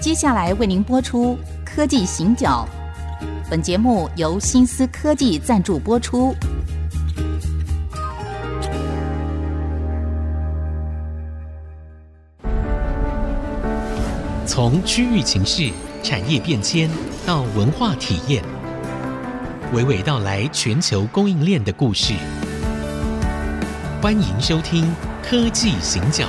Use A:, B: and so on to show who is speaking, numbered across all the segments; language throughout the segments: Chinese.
A: 接下来为您播出《科技行脚》，本节目由新思科技赞助播出。
B: 从区域情势、产业变迁到文化体验，娓娓道来全球供应链的故事。欢迎收听《科技行脚》。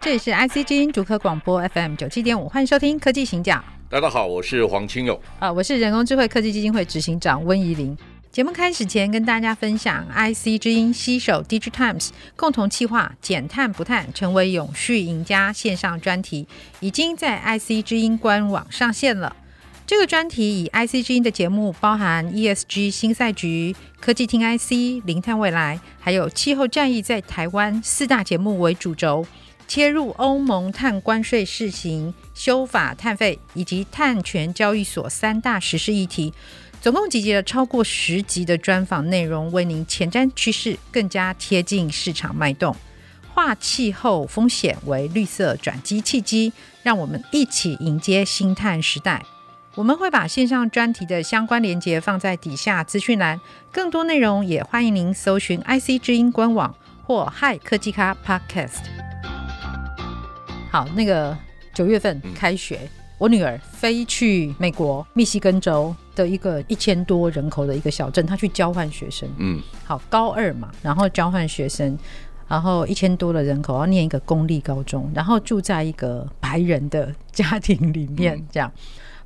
C: 这里是 IC 之音主客广播 FM 九七点五，欢迎收听科技行脚。
D: 大家好，我是黄清友。
C: 啊、我是人工智慧科技基金会执行长温怡玲。节目开始前，跟大家分享 IC 之音携手 DigiTimes 共同企划“减碳不碳，成为永续赢家”线上专题，已经在 IC 之音官网上线了。这个专题以 IC 之音的节目包含 ESG 新赛局、科技听 IC、零碳未来，还有气候战役在台湾四大节目为主轴，切入欧盟碳关税试行、修法碳费以及碳权交易所三大实施议题。总共集结了超过十集的专访内容，为您前瞻趋势，更加贴近市场脉动，化气候风险为绿色转机契机，让我们一起迎接新碳时代。我们会把线上专题的相关链接放在底下资讯栏，更多内容也欢迎您搜寻 IC 之音官网或嗨科技咖 Podcast。好，那个九月份开学，我女儿飞去美国密西根州的一个一千多人口的一个小镇，她去交换学生。
D: 嗯，
C: 好，高二嘛，然后交换学生，然后一千多的人口，要念一个公立高中，然后住在一个白人的家庭里面，
D: 嗯
C: 这样。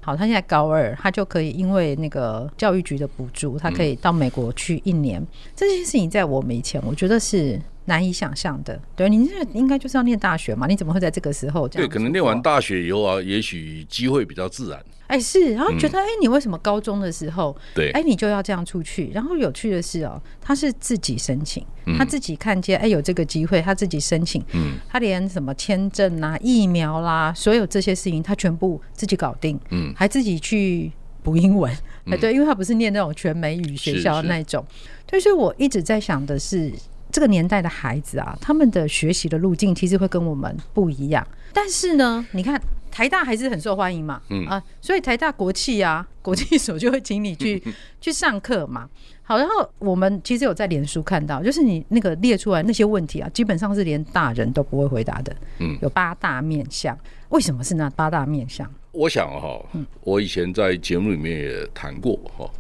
C: 好，他现在高二，他就可以因为那个教育局的补助，他可以到美国去一年。这件事情在我们以前，我觉得是难以想象的。对，你这应该就是要念大学嘛？你怎么会在这个时候这
D: 对，
C: 样？
D: 可能念完。大学以后啊，也许机会比较自然。
C: 哎，是，然后觉
D: 嗯
C: 得，哎、你为什么高中的时候，
D: 对
C: 哎，你就要这样出去？然后有趣的是哦，他是自己申请，他自己看见，哎，有这个机会，他自己申请，
D: 嗯，
C: 他连什么签证啦、疫苗啦，所有这些事情他全部自己搞定，
D: 嗯
C: 还自己去补英文，哎，对，因为他不是念那种全美语学校
D: 是是
C: 那种，对，所以我一直在想的是。这个年代的孩子啊，他们的学习的路径其实会跟我们不一样。但是呢，你看台大还是很受欢迎嘛，嗯啊、所以台大国际啊，国际所就会请你 去去上课嘛。好，然后我们其实有在脸书看到，就是你那个列出来那些问题啊，基本上是连大人都不会回答的。
D: 嗯
C: 有八大面相，为什么是那八大面相？
D: 我想啊哈、
C: 嗯
D: 我以前在节目里面也谈过哈、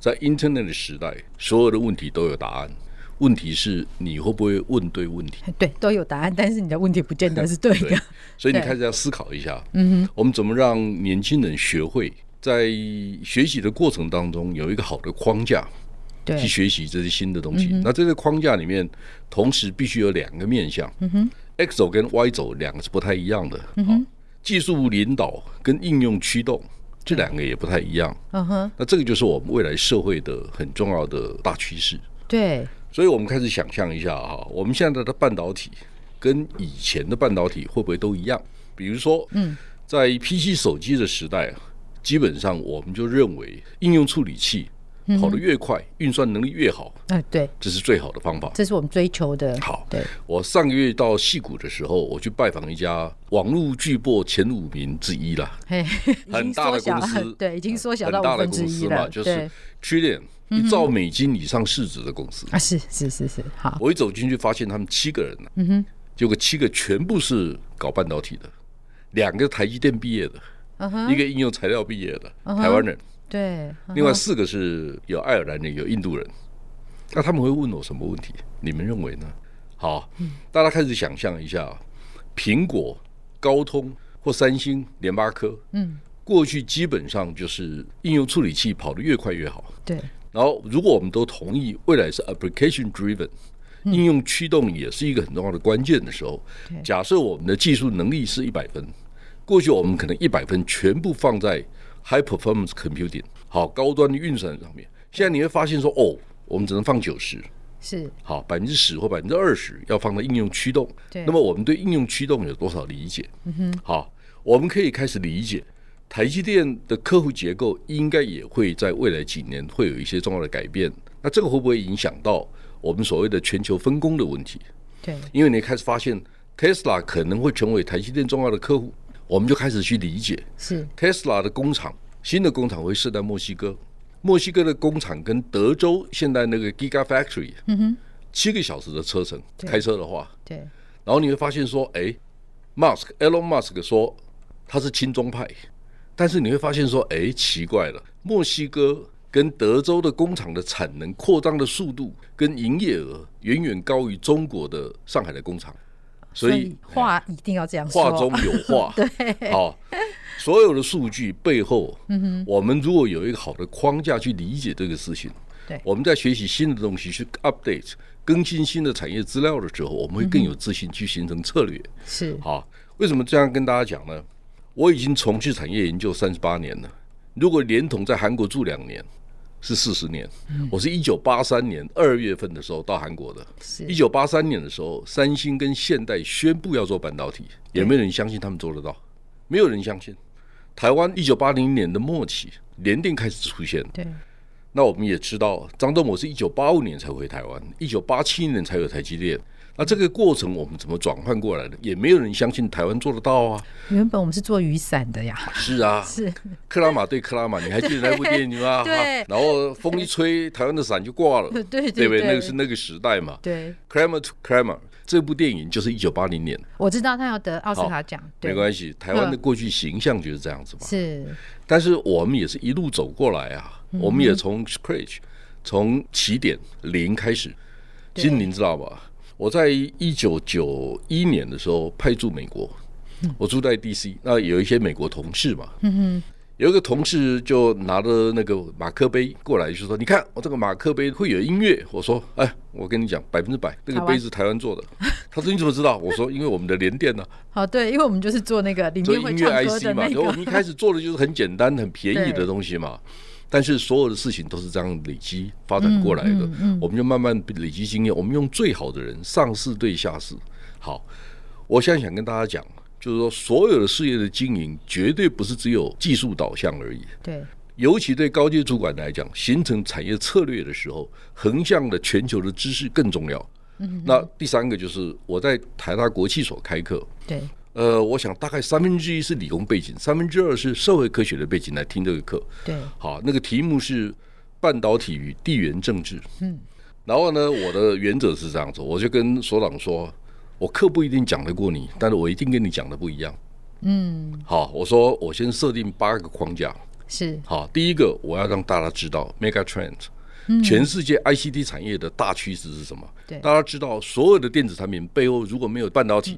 D: 在 Internet 的时代，所有的问题都有答案。问题是你会不会问对问题？
C: 对，都有答案，但是你的问题不见得是 对的
D: 对。所以你
C: 对
D: 开始要思考一下，嗯我们怎么让年轻人学会在学习的过程当中有一个好的框架
C: 对
D: 去学习这些新的东西。那这个框架里面，同时必须有两个面向、x 轴跟 Y 轴两个是不太一样的。哦技术领导跟应用驱动这两个也不太一样。
C: 嗯哼，
D: 那这个就是我们未来社会的很重要的大趋势。
C: 对，
D: 所以我们开始想象一下哈，我们现在的半导体跟以前的半导体会不会都一样？比如说，嗯，在 PC 手机的时代，啊基本上我们就认为应用处理器跑得越快，运算能力越好，
C: 啊、对，
D: 这是最好的方法。
C: 这是我们追求的。
D: 好
C: 对，
D: 我上个月到戏谷的时候，我去拜访一家网络巨擘前五名之一啦，
C: 嘿，
D: 很
C: 已经
D: 大的
C: 缩小
D: 公司
C: 对，已经缩小
D: 很
C: 到
D: 大
C: 五
D: 的
C: 分之
D: 公
C: 一
D: 司
C: 了，
D: 嘛，就
C: 对嗯
D: 是 trillion 一兆美金以上市值的公司。
C: 啊，是是是是，好，
D: 我一走进去，发现他们七个人呢、嗯哼，结果七个全部是搞半导体的，两个台积电毕业的，
C: 嗯哼，
D: 一个应用材料毕业的、
C: 嗯哼
D: 台湾人，
C: 对，嗯
D: 另外四个是有爱尔兰人，有印度人。那他们会问我什么问题？你们认为呢？好，
C: 嗯
D: 大家开始想象一下，苹果、高通或三星、联发科，
C: 嗯，
D: 过去基本上就是应用处理器跑得越快越好。
C: 对，
D: 然后，如果我们都同意未来是 application driven，、应用驱动也是一个很重要的关键的时候
C: 对，
D: 假设我们的技术能力是一百分，过去我们可能一百分全部放在 high performance computing 好高端的运算上面，现在你会发现说，哦，我们只能放九十。
C: 是，
D: 好，百分之十或百分之二十要放在应用驱动。
C: 对
D: 那么我们对应用驱动有多少理解？嗯哼，好，我们可以开始理解，台积电的客户结构应该也会在未来几年会有一些重要的改变。那这个会不会影响到我们所谓的全球分工的问题？
C: 对，
D: 因为你开始发现 Tesla 可能会成为台积电重要的客户，我们就开始去理解
C: 是
D: Tesla 的工厂，新的工厂会设在墨西哥，墨西哥的工厂跟德州现在那个 Gigafactory，嗯哼，七个小时的车程，
C: 对
D: 开车的话，
C: 对，
D: 然后你会发现说，哎，Musk Elon Musk 说他是亲中派，但是你会发现说，哎，奇怪了，墨西哥跟德州的工厂的产能扩张的速度跟营业额远远高于中国的上海的工厂，所以
C: 话一定要这样说，
D: 话中 有话， 对，好、哦所有的数据背后，我们如果有一个好的框架去理解这个事情，
C: 对
D: 我们在学习新的东西去 update 更新新的产业资料的时候，我们会更有自信去形成策略。
C: 是
D: 好，为什么这样跟大家讲呢？我已经从事产业研究三十八年了，如果连同在韩国住两年，是四十年。我是一九八三年二月份的时候到韩国的，
C: 是
D: 一九八三年的时候，三星跟现代宣布要做半导体，也没有人相信他们做得到，没有人相信。台湾一九八零年的末期，联电开始出现，
C: 对
D: 那我们也知道，张忠谋是一九八五年才回台湾，一九八七年才有台积电。那这个过程我们怎么转换过来的？也没有人相信台湾做得到啊！
C: 原本我们是做雨伞的呀，
D: 是啊，
C: 是
D: 克拉玛对克拉玛，你还记得那部电影 吗？
C: 对
D: 啊然后风一吹，台湾的伞就挂了，
C: 对对对
D: 对不
C: 对
D: 那个是那个时代嘛。
C: 对，
D: Kramer to Kramer 这部电影就是一九八零年，
C: 我知道他要得奥斯卡奖，
D: 没
C: 对，
D: 关系，台湾的过去形象就是这样子嘛。
C: 是
D: 但是我们也是一路走过来啊，
C: 嗯
D: 我们也从 scratch，从起点零开始。
C: 对
D: 其实您知道吧？我在一九九一年的时候派驻美国，
C: 嗯
D: 我住在 DC，那有一些美国同事嘛，有一个同事就拿着那个马克杯过来，就说：“你看我这个马克杯会有音乐。”我说：“哎，我跟你讲，百分之百，那个
C: 台湾
D: 杯是台湾做的。”他说：“你怎么知道？”我说：“因为我们的联电呢、
C: 哦，对，因为我们就是做那个里
D: 做
C: 面会
D: 音
C: 唱
D: 乐
C: 歌
D: IC
C: 的
D: 嘛，
C: 那
D: 所以我们
C: 个，
D: 一开始做的就是很简单、很便宜
C: 对
D: 的东西嘛。但是所有的事情都是这样累积发展过
C: 嗯
D: 来的，我们就慢慢累积经验，我们用最好的人，上市对下市。好，我现在想跟大家讲，就是说所有的事业的经营，绝对不是只有技术导向而已。
C: 对
D: 尤其对高阶主管来讲，形成产业策略的时候，横向的全球的知识更重要。
C: 嗯
D: 那第三个就是我在台大国际所开课，
C: 对
D: 呃，我想大概三分之一是理工背景，三分之二是社会科学的背景来听这个课。
C: 对
D: 好，那个题目是半导体与地缘政治。嗯，然后呢，我的原则是这样子，我就跟所长说，我课不一定讲得过你，但是我一定跟你讲的不一样。嗯，好，我说我先设定八个框架。
C: 是
D: 好，第一个我要让大家知道 mega trend，、全世界 ICT 产业的大趋势是什么？
C: 对
D: 大家知道所有的电子产品背后如果没有半导体，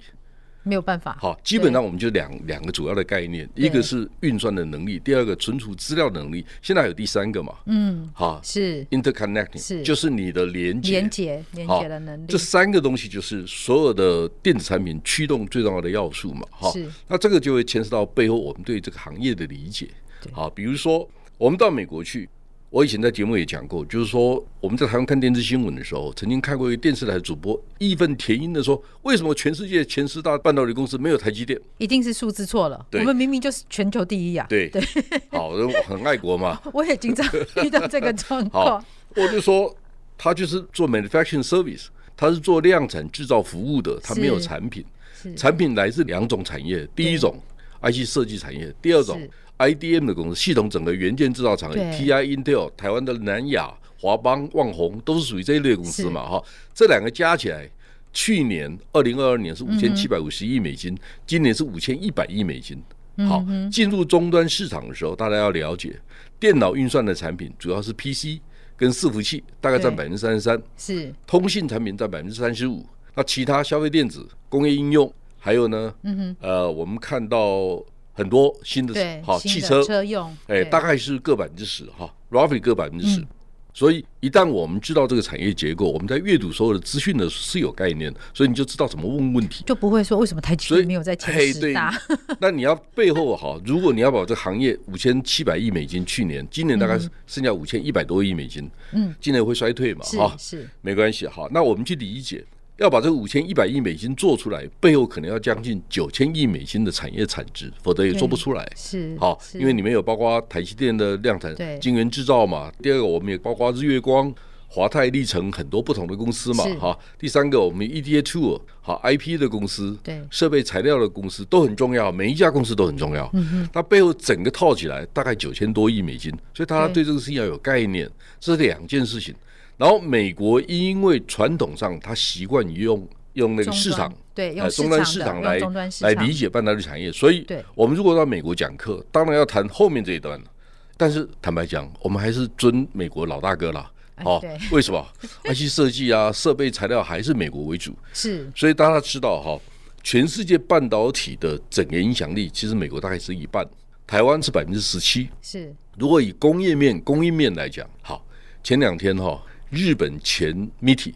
C: 没有办法，
D: 好，基本上我们就两两个主要的概念，
C: 对
D: 一个是运算的能力，第二个存储资料能力，现在还有第三个嘛？
C: 嗯，
D: 好
C: 是
D: ，interconnecting
C: 是
D: 就是你的连接。
C: 连接连
D: 好
C: 接的能力
D: 这，三个东西就是所有的电子产品驱动最重要的要素嘛，哈
C: 是。
D: 那这个就会牵涉到背后我们对这个行业的理解。好，比如说我们到美国去，我以前在节目也讲过，就是说我们在台湾看电视新闻的时候，曾经看过一个电视台主播义愤填膺的说，为什么全世界前十大半导体公司没有台积电？
C: 一定是数字错了，我
D: 对
C: 们明明就是全球第一呀，
D: 对，好，我很爱国嘛。
C: 我也 经常遇到这个状
D: 好
C: 况，，
D: 我就说他就是做 manufacturing service，他是做量产制造服务的，他没有
C: 是
D: 产品。
C: 是
D: 产品来自两种产业，第一种 IC 设计产业，第二种 IDM 的公司，系统整个元件制造厂业
C: 对
D: ，TI、Intel、台湾的南亚、华邦、旺宏都是属于这一类公司嘛，哈，这两个加起来。去年二零二二年是五千七百五十亿美
C: 嗯
D: 金，今年是五千一百亿美金。好，进入终端市场的时候，大家要了解，电脑运算的产品主要是 PC 跟伺服器，大概占百
C: 对
D: 分之三十三。
C: 是
D: 通信产品占百分之三十五，那其他消费电子、工业应用，还有呢，嗯哼，呃，我们看到很多新
C: 对
D: 的好
C: 新
D: 汽
C: 的
D: 车，
C: 车用，
D: 哎，
C: 对嗯
D: 大概是各百分之十哈 r a f i 各百分之十。所以一旦我们知道这个产业结构，我们在阅读所有的资讯的时候是有概念的，所以你就知道怎么问问题。
C: 就不会说为什么台积
D: 所以
C: 电没有在前
D: 嘿
C: 十大，
D: 对 那你要背后好，如果你要把这个行业五千七百亿美金，去年今年大概
C: 嗯
D: 剩下五千一百多亿美金，嗯，今年会衰退嘛，
C: 是
D: 哈，
C: 是
D: 没关系，好，那我们去理解，要把这五千一百亿美金做出来，背后可能要将近九千亿美金的产业产值，否则也做不出来。
C: 是，
D: 好，
C: 是
D: 因为里面有包括台积电的量产
C: 对、
D: 晶圆制造嘛，第二个我们也包括日月光、华泰、历成很多不同的公司嘛
C: 是，
D: 哈。第三个，我们 E EDA Tool 好 IP 的公司，
C: 对
D: 设备材料的公司都很重要，每一家公司都很重要。
C: 嗯
D: 它背后整个套起来大概九千多亿美金，所以大家
C: 对
D: 对这个事情要有概念，这是两件事情。然后美国因为传统上它习惯于用用那个
C: 终
D: 市
C: 端
D: 场。
C: 对，用
D: 呃，终端市
C: 的
D: 场
C: 用
D: 来
C: 终端市
D: 来
C: 场
D: 理解半导体产业，所以
C: 对
D: 我们如果到美国讲课，当然要谈后面这一段了。但是坦白讲，我们还是尊美国老大哥啦。
C: 哎
D: 哦
C: 对，
D: 为什么 ？IC 设计啊，设备材料还是美国为主，
C: 是
D: 所以大家知道哈、全世界半导体的整个影响力，其实美国大概是一半，台湾是百分之十七。
C: 是
D: 如果以工业面、供应面来讲，好，前两天哈、日本前 MIT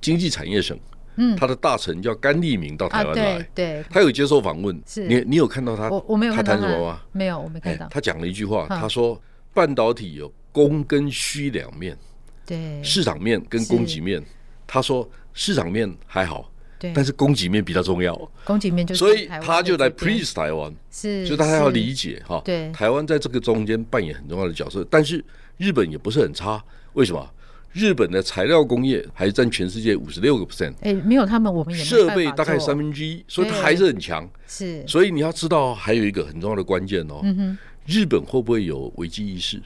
D: 经济产业省，嗯，他的大臣叫甘利明到台
C: 啊，
D: 湾来，
C: 对对，
D: 他有接受访问，
C: 是
D: 你你有看到他
C: 我我没有
D: 他
C: 看到
D: 谈什么吗？？哎
C: 没有，我没看到。
D: 他讲了一句话，
C: 嗯
D: 他说半导体有供跟需两面，
C: 对，
D: 市场面跟
C: 嗯是
D: 供给面。他说市场面还好，
C: 对，
D: 但是供给面比较重要，
C: 宫颈面就是
D: 所以
C: 台湾
D: 他就
C: 的
D: 来
C: 这边
D: please 台湾，
C: 是，
D: 就大家要
C: 是
D: 理解哈。
C: 对
D: 台湾在这个中间扮演很重要的角色，但是日本也不是很差，为什么？日本的材料工业还占全世界五十六个 percent，
C: 哎，没有他们，我们也没
D: 设
C: 办
D: 备
C: 法
D: 大概
C: 做
D: 三分之一，所以它
C: 对
D: 还是很强。
C: 是嗯
D: 所以你要知道，还有一个很重要的关键哦，
C: 哼
D: 日本会不会有危机意识？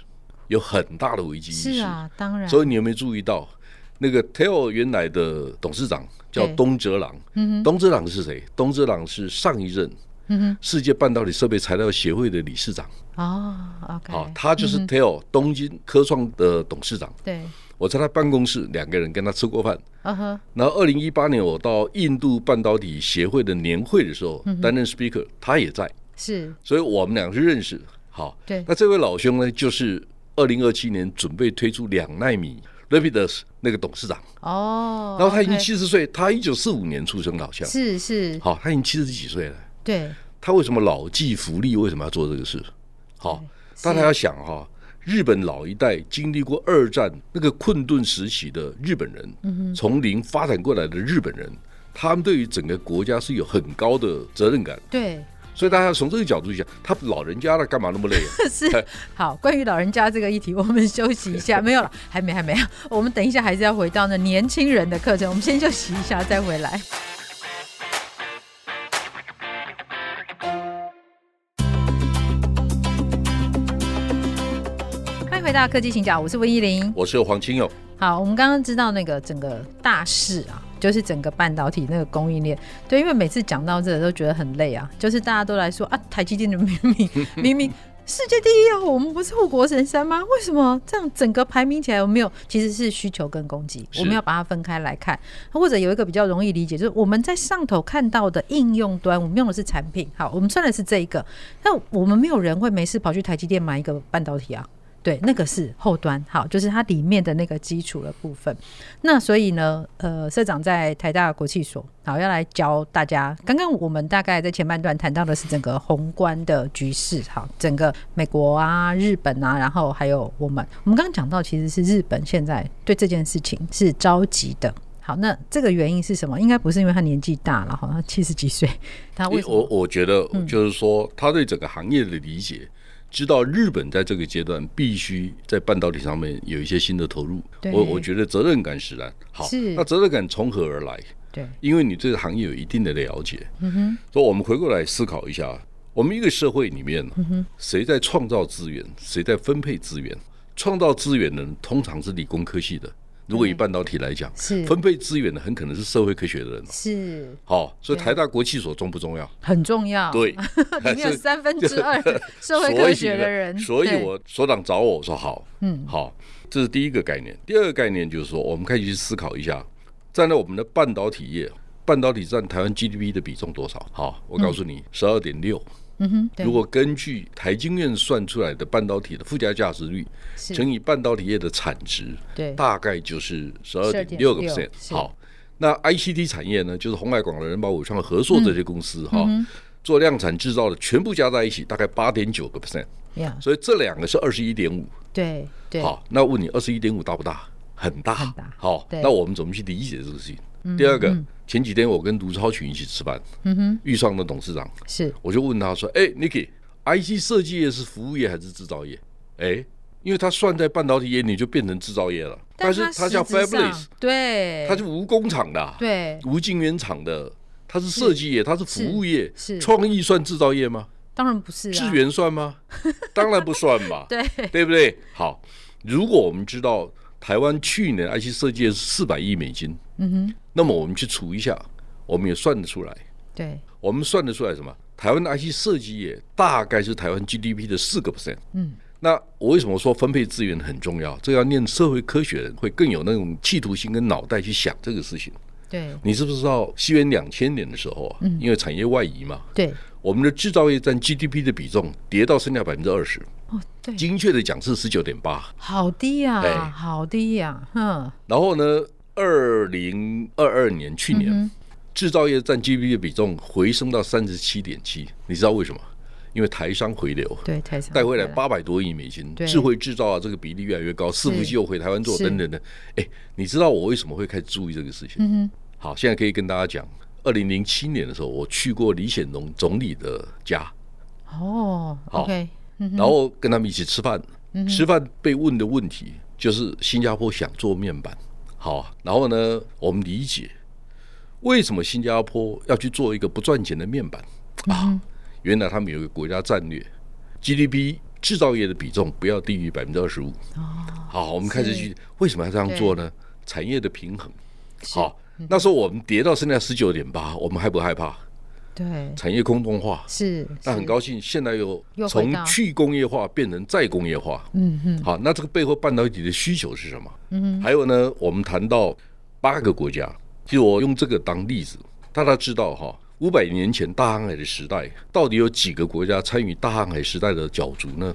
D: 有很大的危机意识。
C: 是啊，当然
D: 所以你有没有注意到，那个 TEL 原来的董事长叫
C: 对
D: 东哲郎？东哲郎是谁？东哲郎是上一任
C: 嗯
D: 世界半导体设备材料协会的理事长，
C: 哼哦，OK，
D: 啊，他就是 TEL 东京科创的董事长。
C: 对，
D: 我在他办公室，两个人跟他吃过饭。
C: 嗯哼，
D: 然后，二零一八年我到印度半导体协会的年会的时候，
C: 嗯
D: 担任 speaker，他也在。
C: 是
D: 所以我们两个是认识。好，
C: 对
D: 那这位老兄呢，就是二零二七年准备推出两纳米 Rapidus 那个董事长，
C: 哦，
D: 然后他已经
C: OK，
D: 七十岁，他一九四五年出生的，好像，
C: 是是，
D: 好，他已经七十几岁了。
C: 对，
D: 他为什么老骥伏枥？为什么要做这个事？好，大家要想哈、日本老一代经历过二战那个困顿时期的日本
C: 嗯
D: 人，从零发展过来的日本人，他们对于整个国家是有很高的责任感，
C: 对，
D: 所以大家从这个角度去想，他老人家了干嘛那么累 啊？
C: 是
D: 哎
C: 好。关于老人家这个议题，我们休息一下，没有了，还没，还没，我们等一下还是要回到那年轻人的课程，我们先休息一下再回来。欢迎回到科技行脚，我是温依玲。
D: 我是黄清友，
C: 好，我们刚刚知道那个整个大势啊，就是整个半导体那个供应链。对，因为每次讲到这个都觉得很累啊，就是大家都来说啊，台积电的明明 明明世界第一啊，我们不是护国神山吗？为什么这样整个排名起来，我没有其实是需求跟供给，
D: 是
C: 我们要把它分开来看，或者有一个比较容易理解，就是我们在上头看到的应用端，我们用的是产品，好，我们算的是这一个，但我们没有人会没事跑去台积电买一个半导体啊。对，那个是后端，好，就是它里面的那个基础的部分。那所以呢，呃，社长在台大国际所，好，要来教大家。刚刚我们大概在前半段谈到的是整个宏观的局势，好，整个美国啊、日本啊，然后还有我们，我们刚刚讲到，其实是日本现在对这件事情是着急的。好，那这个原因是什么？应该不是因为他年纪大了，好，他七十几岁，他啊
D: 因
C: 为
D: 为
C: 什
D: 我
C: 么？嗯
D: 我觉得就是说，他对整个行业的理解，知道日本在这个阶段必须在半导体上面有一些新的投入
C: 对，
D: 我我觉得责任感使然。好
C: 是，
D: 那责任感从何而来？
C: 对，
D: 因为你对这个行业有一定的了解，
C: 嗯哼，
D: 所以我们回过来思考一下，我们一个社会里面，谁在创造资源，谁在分配资源？创造资源的人通常是理工科系的，如果以半导体来讲，
C: 是
D: 分配资源的很可能是社会科学的人。
C: 是
D: 好，所以
C: 对
D: 台大国际所重不重要？
C: 很重要。
D: 对，
C: 里面有三分之二 社会
D: 所
C: 科
D: 以
C: 学
D: 呢
C: 的人，
D: 所以
C: 对
D: 我所长找我说好，
C: 嗯
D: 好，这是第一个概念。第二个概念就是说，我们可以去思考一下，站在我们的半导体业，半导体占台湾 GDP 的比重多少？好，我告诉你，十二点六。
C: 嗯哼，对
D: 如果根据台经院算出来的半导体的附加价值率
C: 是
D: 乘以半导体业的产值，
C: 对
D: 大概就是十二点六个 percent
C: 12.6。是
D: 好，那 ICT 产业呢，就是红海、广达、人保、伟创合作这些公司哈、
C: 嗯
D: 做量产制造的，全部加在一起大概八点九个 percent，
C: 呀，
D: 所以这两个是二十一点五。
C: 对对，
D: 好，那问你二十一点五大不大？很大。
C: 很大
D: 好，
C: 对
D: 那我们怎么去理解这个事情？第二个，前几天我跟卢超群一起吃饭，
C: 嗯哼，
D: 豫创的董事长，
C: 是
D: 我就问他说：“哎、n i k i i c 设计业是服务业还是制造业？”哎、因因为它算在半导体业里就变成制造业了。但是它
C: 它
D: 叫
C: 实质上
D: fabless，
C: 对，
D: 它是无工厂的啊、
C: 对，
D: 无晶圆厂的，它是设计业，它是服务业
C: 是是，
D: 创意算制造业吗？
C: 当然不是、啊，
D: 智源算吗？当然不算嘛，
C: 对
D: 对不对？好，如果我们知道台湾去年 IC 设计是四百亿美金，
C: 嗯哼，
D: 那么我们去除一下，我们也算得出来。
C: 对，
D: 我们算得出来什么？台湾的 IC 设计业大概是台湾 GDP 的四个 percent。
C: 嗯，
D: 那我为什么说分配资源很重要？这要念社会科学人会更有那种企图心跟脑袋去想这个事情。
C: 对，
D: 你知不知道西元两千年的时候啊，因为产业外移嘛，
C: 对，
D: 我们的制造业占 GDP 的比重跌到剩下百分之二十，
C: 哦，对，
D: 精确的讲是十九点八。
C: 好低呀、
D: 哎
C: 好低呀、哼，
D: 然后呢，二零二二年去年、
C: 嗯
D: 制造业占 GDP 的比重回升到三十七点七，你知道为什么？因为台商回流。
C: 对，台商
D: 带回来八百多亿美金，
C: 对
D: 智慧制造啊，这个比例越来越高，伺服器又回台湾做
C: 是
D: 等等的。哎，你知道我为什么会开始注意这个事情？
C: 嗯
D: 好，现在可以跟大家讲，二零零七年的时候，我去过李显龙总理的家，
C: 哼，哦
D: 好
C: ，OK，嗯哼，嗯
D: 然后跟他们一起吃饭，吃饭被问的问题就是新加坡想做面板，好，啊然后呢，我们理解为什么新加坡要去做一个不赚钱的面板
C: 嗯
D: 啊？原来他们有一个国家战略，GDP 制造业的比重不要低于百分之二十五。
C: 哦
D: 好，我们开始去为什么要这样做呢？产业的平衡。好，
C: 嗯
D: 那时候我们跌到现在十九点八，我们害不害怕？
C: 对，
D: 产业空洞化，
C: 是，
D: 那很
C: 是，
D: 高兴，现在又
C: 又回
D: 从
C: 到
D: 去工业化变成再工业化。
C: 嗯哼，
D: 好，那这个背后半导体的需求是什么？嗯，还有呢，我们谈到八个国家，其实我用这个当例子，大家知道哈，五百年前大航海的时代，到底有几个国家参与大航海时代的角逐呢？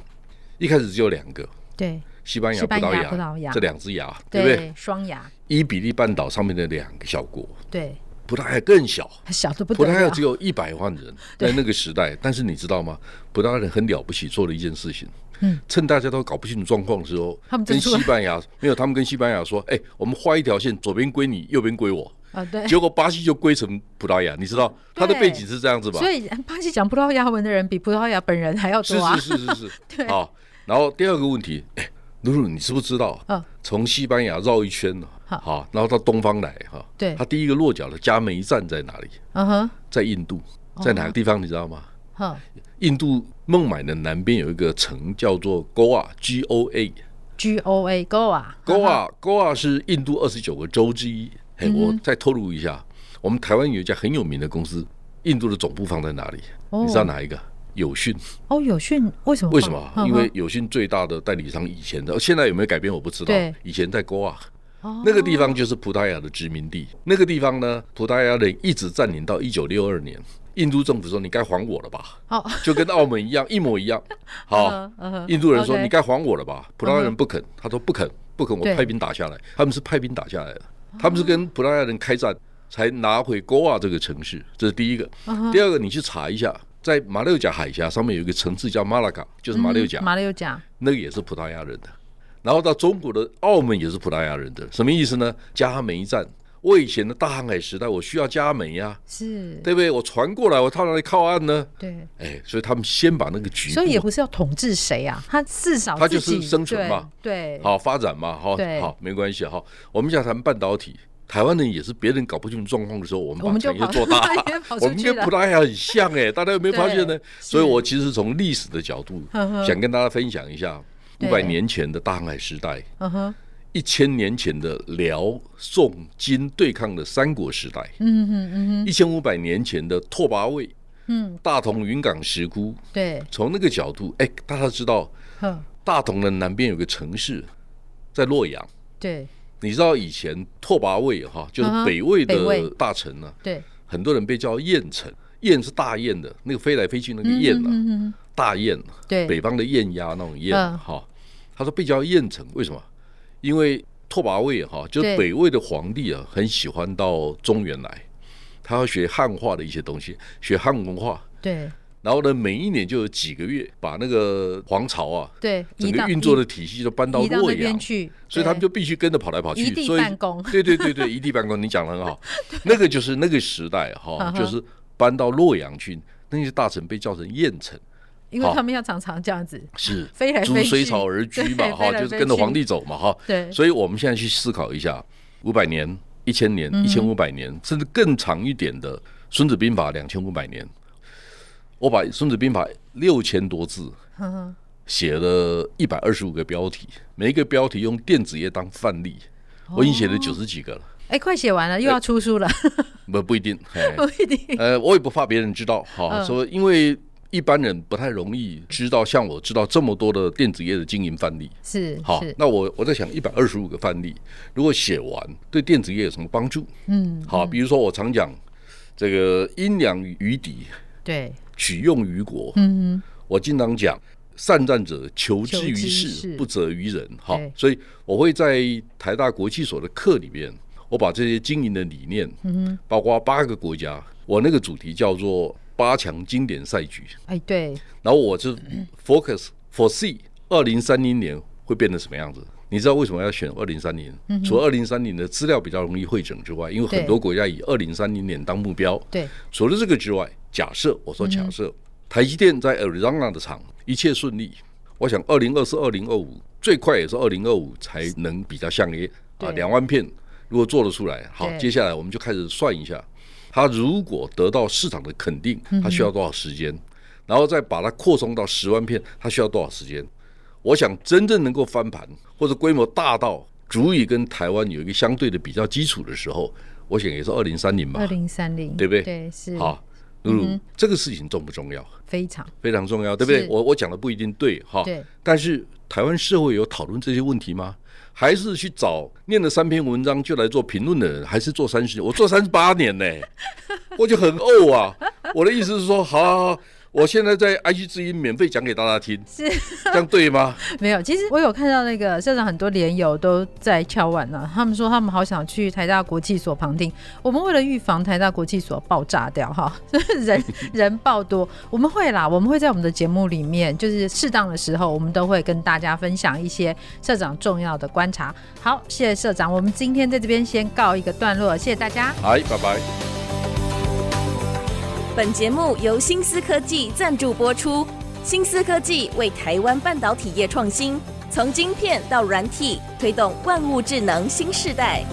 D: 一开始只有两个，
C: 对，
D: 西班牙、
C: 西班牙
D: 葡萄牙，
C: 葡萄牙
D: 这两只牙，对不对？
C: 双牙，
D: 伊比利半岛上面的两个小国，
C: 对，
D: 葡萄牙更小，
C: 小的不
D: 葡
C: 得
D: 萄牙
C: 了，
D: 只有一百万人，在那个时代。但是你知道吗？葡萄牙人很了不起，做了一件事情。
C: 嗯，
D: 趁大家都搞不清楚状况的时候，
C: 他们就
D: 跟
C: 出来
D: 西班牙没有，他们跟西班 牙说：“哎、我们画一条线，左边归你，右边归我。
C: 啊，”对，
D: 结果巴西就归成葡萄牙，你知道它的
C: 对
D: 背景是这样子吧？
C: 所以巴西讲葡萄牙文的人比葡萄牙本人还要
D: 是
C: 多啊，
D: 是是是是
C: 对，
D: 啊。然后第二个问题，哎、露露，你知不知道？
C: 嗯
D: 从西班牙绕一圈呢，
C: 好
D: 好，然后到东方来哈。
C: 对
D: 它第一个落脚的加煤站在哪里？
C: 嗯哼，
D: 在印度，
C: 哦
D: 在哪个地方？你知道吗？
C: 哼
D: 印度孟买的南边有一个城叫做 Goa，G O A，Goa
C: ，G O A Go 啊嗯
D: Goa 是印度二十九个州之一。嘿，我再透露一下，我们台湾有一家很有名的公司，印度的总部放在哪里？
C: 哦
D: 你知道哪一个？友讯。
C: 哦，有讯为什么放？
D: 为什么？
C: 嗯
D: 因为友讯最大的代理商以前的，哦现在有没有改变我不知道
C: 对。
D: 以前在 Goa。
C: 哼
D: 那个
C: 哦
D: 地方就是葡萄牙的殖民地，那个地方呢，葡萄牙人一直占领到一九六二年，印度政府说你该还我了吧，
C: 哦，
D: 就跟澳门一样，一模一样。好
C: 嗯，哼
D: 哦印度人说：“
C: OK 嗯
D: 你该还我了吧？”葡萄牙人不肯，他说：“不肯，不肯，我
C: 对
D: 派兵打下来。”他们是派兵打下来的，他们是跟葡萄牙人开战，才拿回 Goa 这个城市。这是第一个。
C: 嗯
D: 第二个，你去查一下，在马六甲海峡上面有一个城市叫马拉卡，就是马六甲，
C: 嗯马六甲，
D: 那个也是葡萄牙人的。然后到中国的澳门也是葡萄牙人的，什么意思呢？加煤站。我以前的大航海时代，我需要加煤呀、
C: 是，
D: 对不对？我船过来，我到哪里靠岸呢？
C: 对，
D: 哎，所以他们先把那个局部
C: 所以也不是要统治谁啊，他至少
D: 他就是
C: 自己
D: 生存嘛，
C: 对，对
D: 好发展嘛，好
C: 对
D: 好没关系哈。我们想谈半导体，台湾人也是别人搞不清楚状况的时候，我们
C: 我
D: 把
C: 们就
D: 产业
C: 跑
D: 做大
C: 我们就跑，出去
D: 我们跟葡萄牙很像哎、大家有没有发现呢
C: 对？
D: 所以我其实从历史的角度
C: 呵呵
D: 想跟大家分享一下，五
C: 对
D: 百年前的大航海时代，
C: 嗯哼，
D: 一千年前的辽、宋、金对抗的三国时代，
C: 嗯哼，嗯哼，
D: 一千五百年前的拓跋魏、
C: 嗯，
D: 大同、云冈、石窟。
C: 对，
D: 从那个角度，哎，大家知道
C: 哼，
D: 大同的南边有个城市，在洛阳。
C: 对，
D: 你知道以前拓跋魏哈，就是
C: 嗯哼
D: 北魏
C: 北魏
D: 的大臣呢、
C: 对，
D: 很多人被叫燕臣，燕是大雁的那个飞来飞去那个雁啊，
C: 嗯哼，
D: 大雁，
C: 对，
D: 北方的雁鸭那种雁
C: 嗯
D: 哈、他说被叫燕城，为什么？因为拓跋魏哈，就是
C: 对
D: 北魏的皇帝啊，很喜欢到中原来，他要学汉化的一些东西，学汉文化。
C: 对，
D: 然后呢，每一年就有几个月把那个皇朝啊，
C: 对，
D: 整
C: 移
D: 个
C: 到
D: 运作的体系都搬到
C: 移移到
D: 洛
C: 那边
D: 阳，
C: 去，
D: 所以他们就
C: 对
D: 必须跟着跑来跑去，
C: 一地
D: 所以
C: 办公
D: 对对对对，一地 办公，你讲的很好，那个就是那个时代哈、
C: 嗯哼
D: 就是搬到洛阳去，那些大臣被叫成燕臣，
C: 因为他们要常常这样子
D: 是
C: 飞来
D: 逐
C: 飞去，
D: 水草而居嘛，
C: 对
D: 哈，
C: 飞来
D: 就是
C: 飞
D: 跟着
C: 去
D: 皇帝走嘛，哈。
C: 对
D: 所以我们现在去思考一下，五百年、一千年、一千五百年，甚至更长一点的《孙子兵法》两千五百年，我把《孙子兵法》六千多字
C: 哼哼
D: 写了一百二十五个标题，每一个标题用电子业当范例，我已经写了九十几个了，
C: 哎，快写完了，又要出书了，
D: 不不一定，嘿
C: 不一定。
D: 呃，我也不怕别人知道，哈、
C: 嗯
D: 说因为一般人不太容易知道，像我知道这么多的电子业的经营范例。
C: 是
D: 好
C: 是，，
D: 那我我在想一百二十五个范例，如果写完对电子业有什么帮助？
C: 嗯，
D: 好，比如说我常讲这个阴阳于敌，
C: 对，
D: 取用于国。
C: 嗯
D: 我经常讲善战者求之
C: 求之
D: 于
C: 于
D: 事
C: 事，
D: 不责于人。好
C: 对，
D: 所以我会在台大国际所的课里面，我把这些经营的理念，嗯、包括八个国家，我那个主题叫做八强经典赛局，
C: 哼，哎，对，
D: 然后我就 focus foresee 二零三零年会变成什么样子。你知道为什么要选二零三零？除了二零三零的资料比较容易汇整之外，因为很
C: 对
D: 多国家以二零三零年当目标。
C: 对，
D: 除了这个之外，假设我说假设、台积电在 Arizona 的厂一切顺利，我想二零二四、二零二五最快也是二零二五才能比较像约啊，
C: 对
D: 两万片如果做得出来，好，
C: 对
D: 接下来我们就开始算一下，它如果得到市场的肯定，
C: 嗯
D: 它需要多少时间，然后再把它扩充到十万片，它需要多少时间？我想真正能够翻盘或者规模大到足以跟台湾有一个相对的比较基础的时候，我想也是二零三零吧
C: 二。零三零，
D: 对不对
C: 对，是嗯
D: 好，露露，这个事情重不重要？
C: 非常
D: 非常重要，对不对
C: 是？
D: 我我讲的不一定对哈，
C: 对
D: 但是台湾社会有讨论这些问题吗？还是去找念了三篇文章就来做评论的人，还是做三十年？我做三十八 年呢、我就很怄啊！我的意思是说，好好好，我现在在 IG 之音免费讲给大家听，
C: 是。
D: 这样对 吗？
C: 没有，其实我有看到那个社长很多连友都在敲碗了、他们说他们好想去台大国际所旁听。我们为了预防台大国际所爆炸掉哈， 人人爆多，我们会啦，我们会在我们的节目里面，就是适当的时候，我们都会跟大家分享一些社长重要的观察。好，谢谢社长，我们今天在这边先告一个段落，谢谢大家。
D: 哎，拜拜。
E: 本节目由新思科技赞助播出。新思科技为台湾半导体业创新，从晶片到软体，推动万物智能新时代。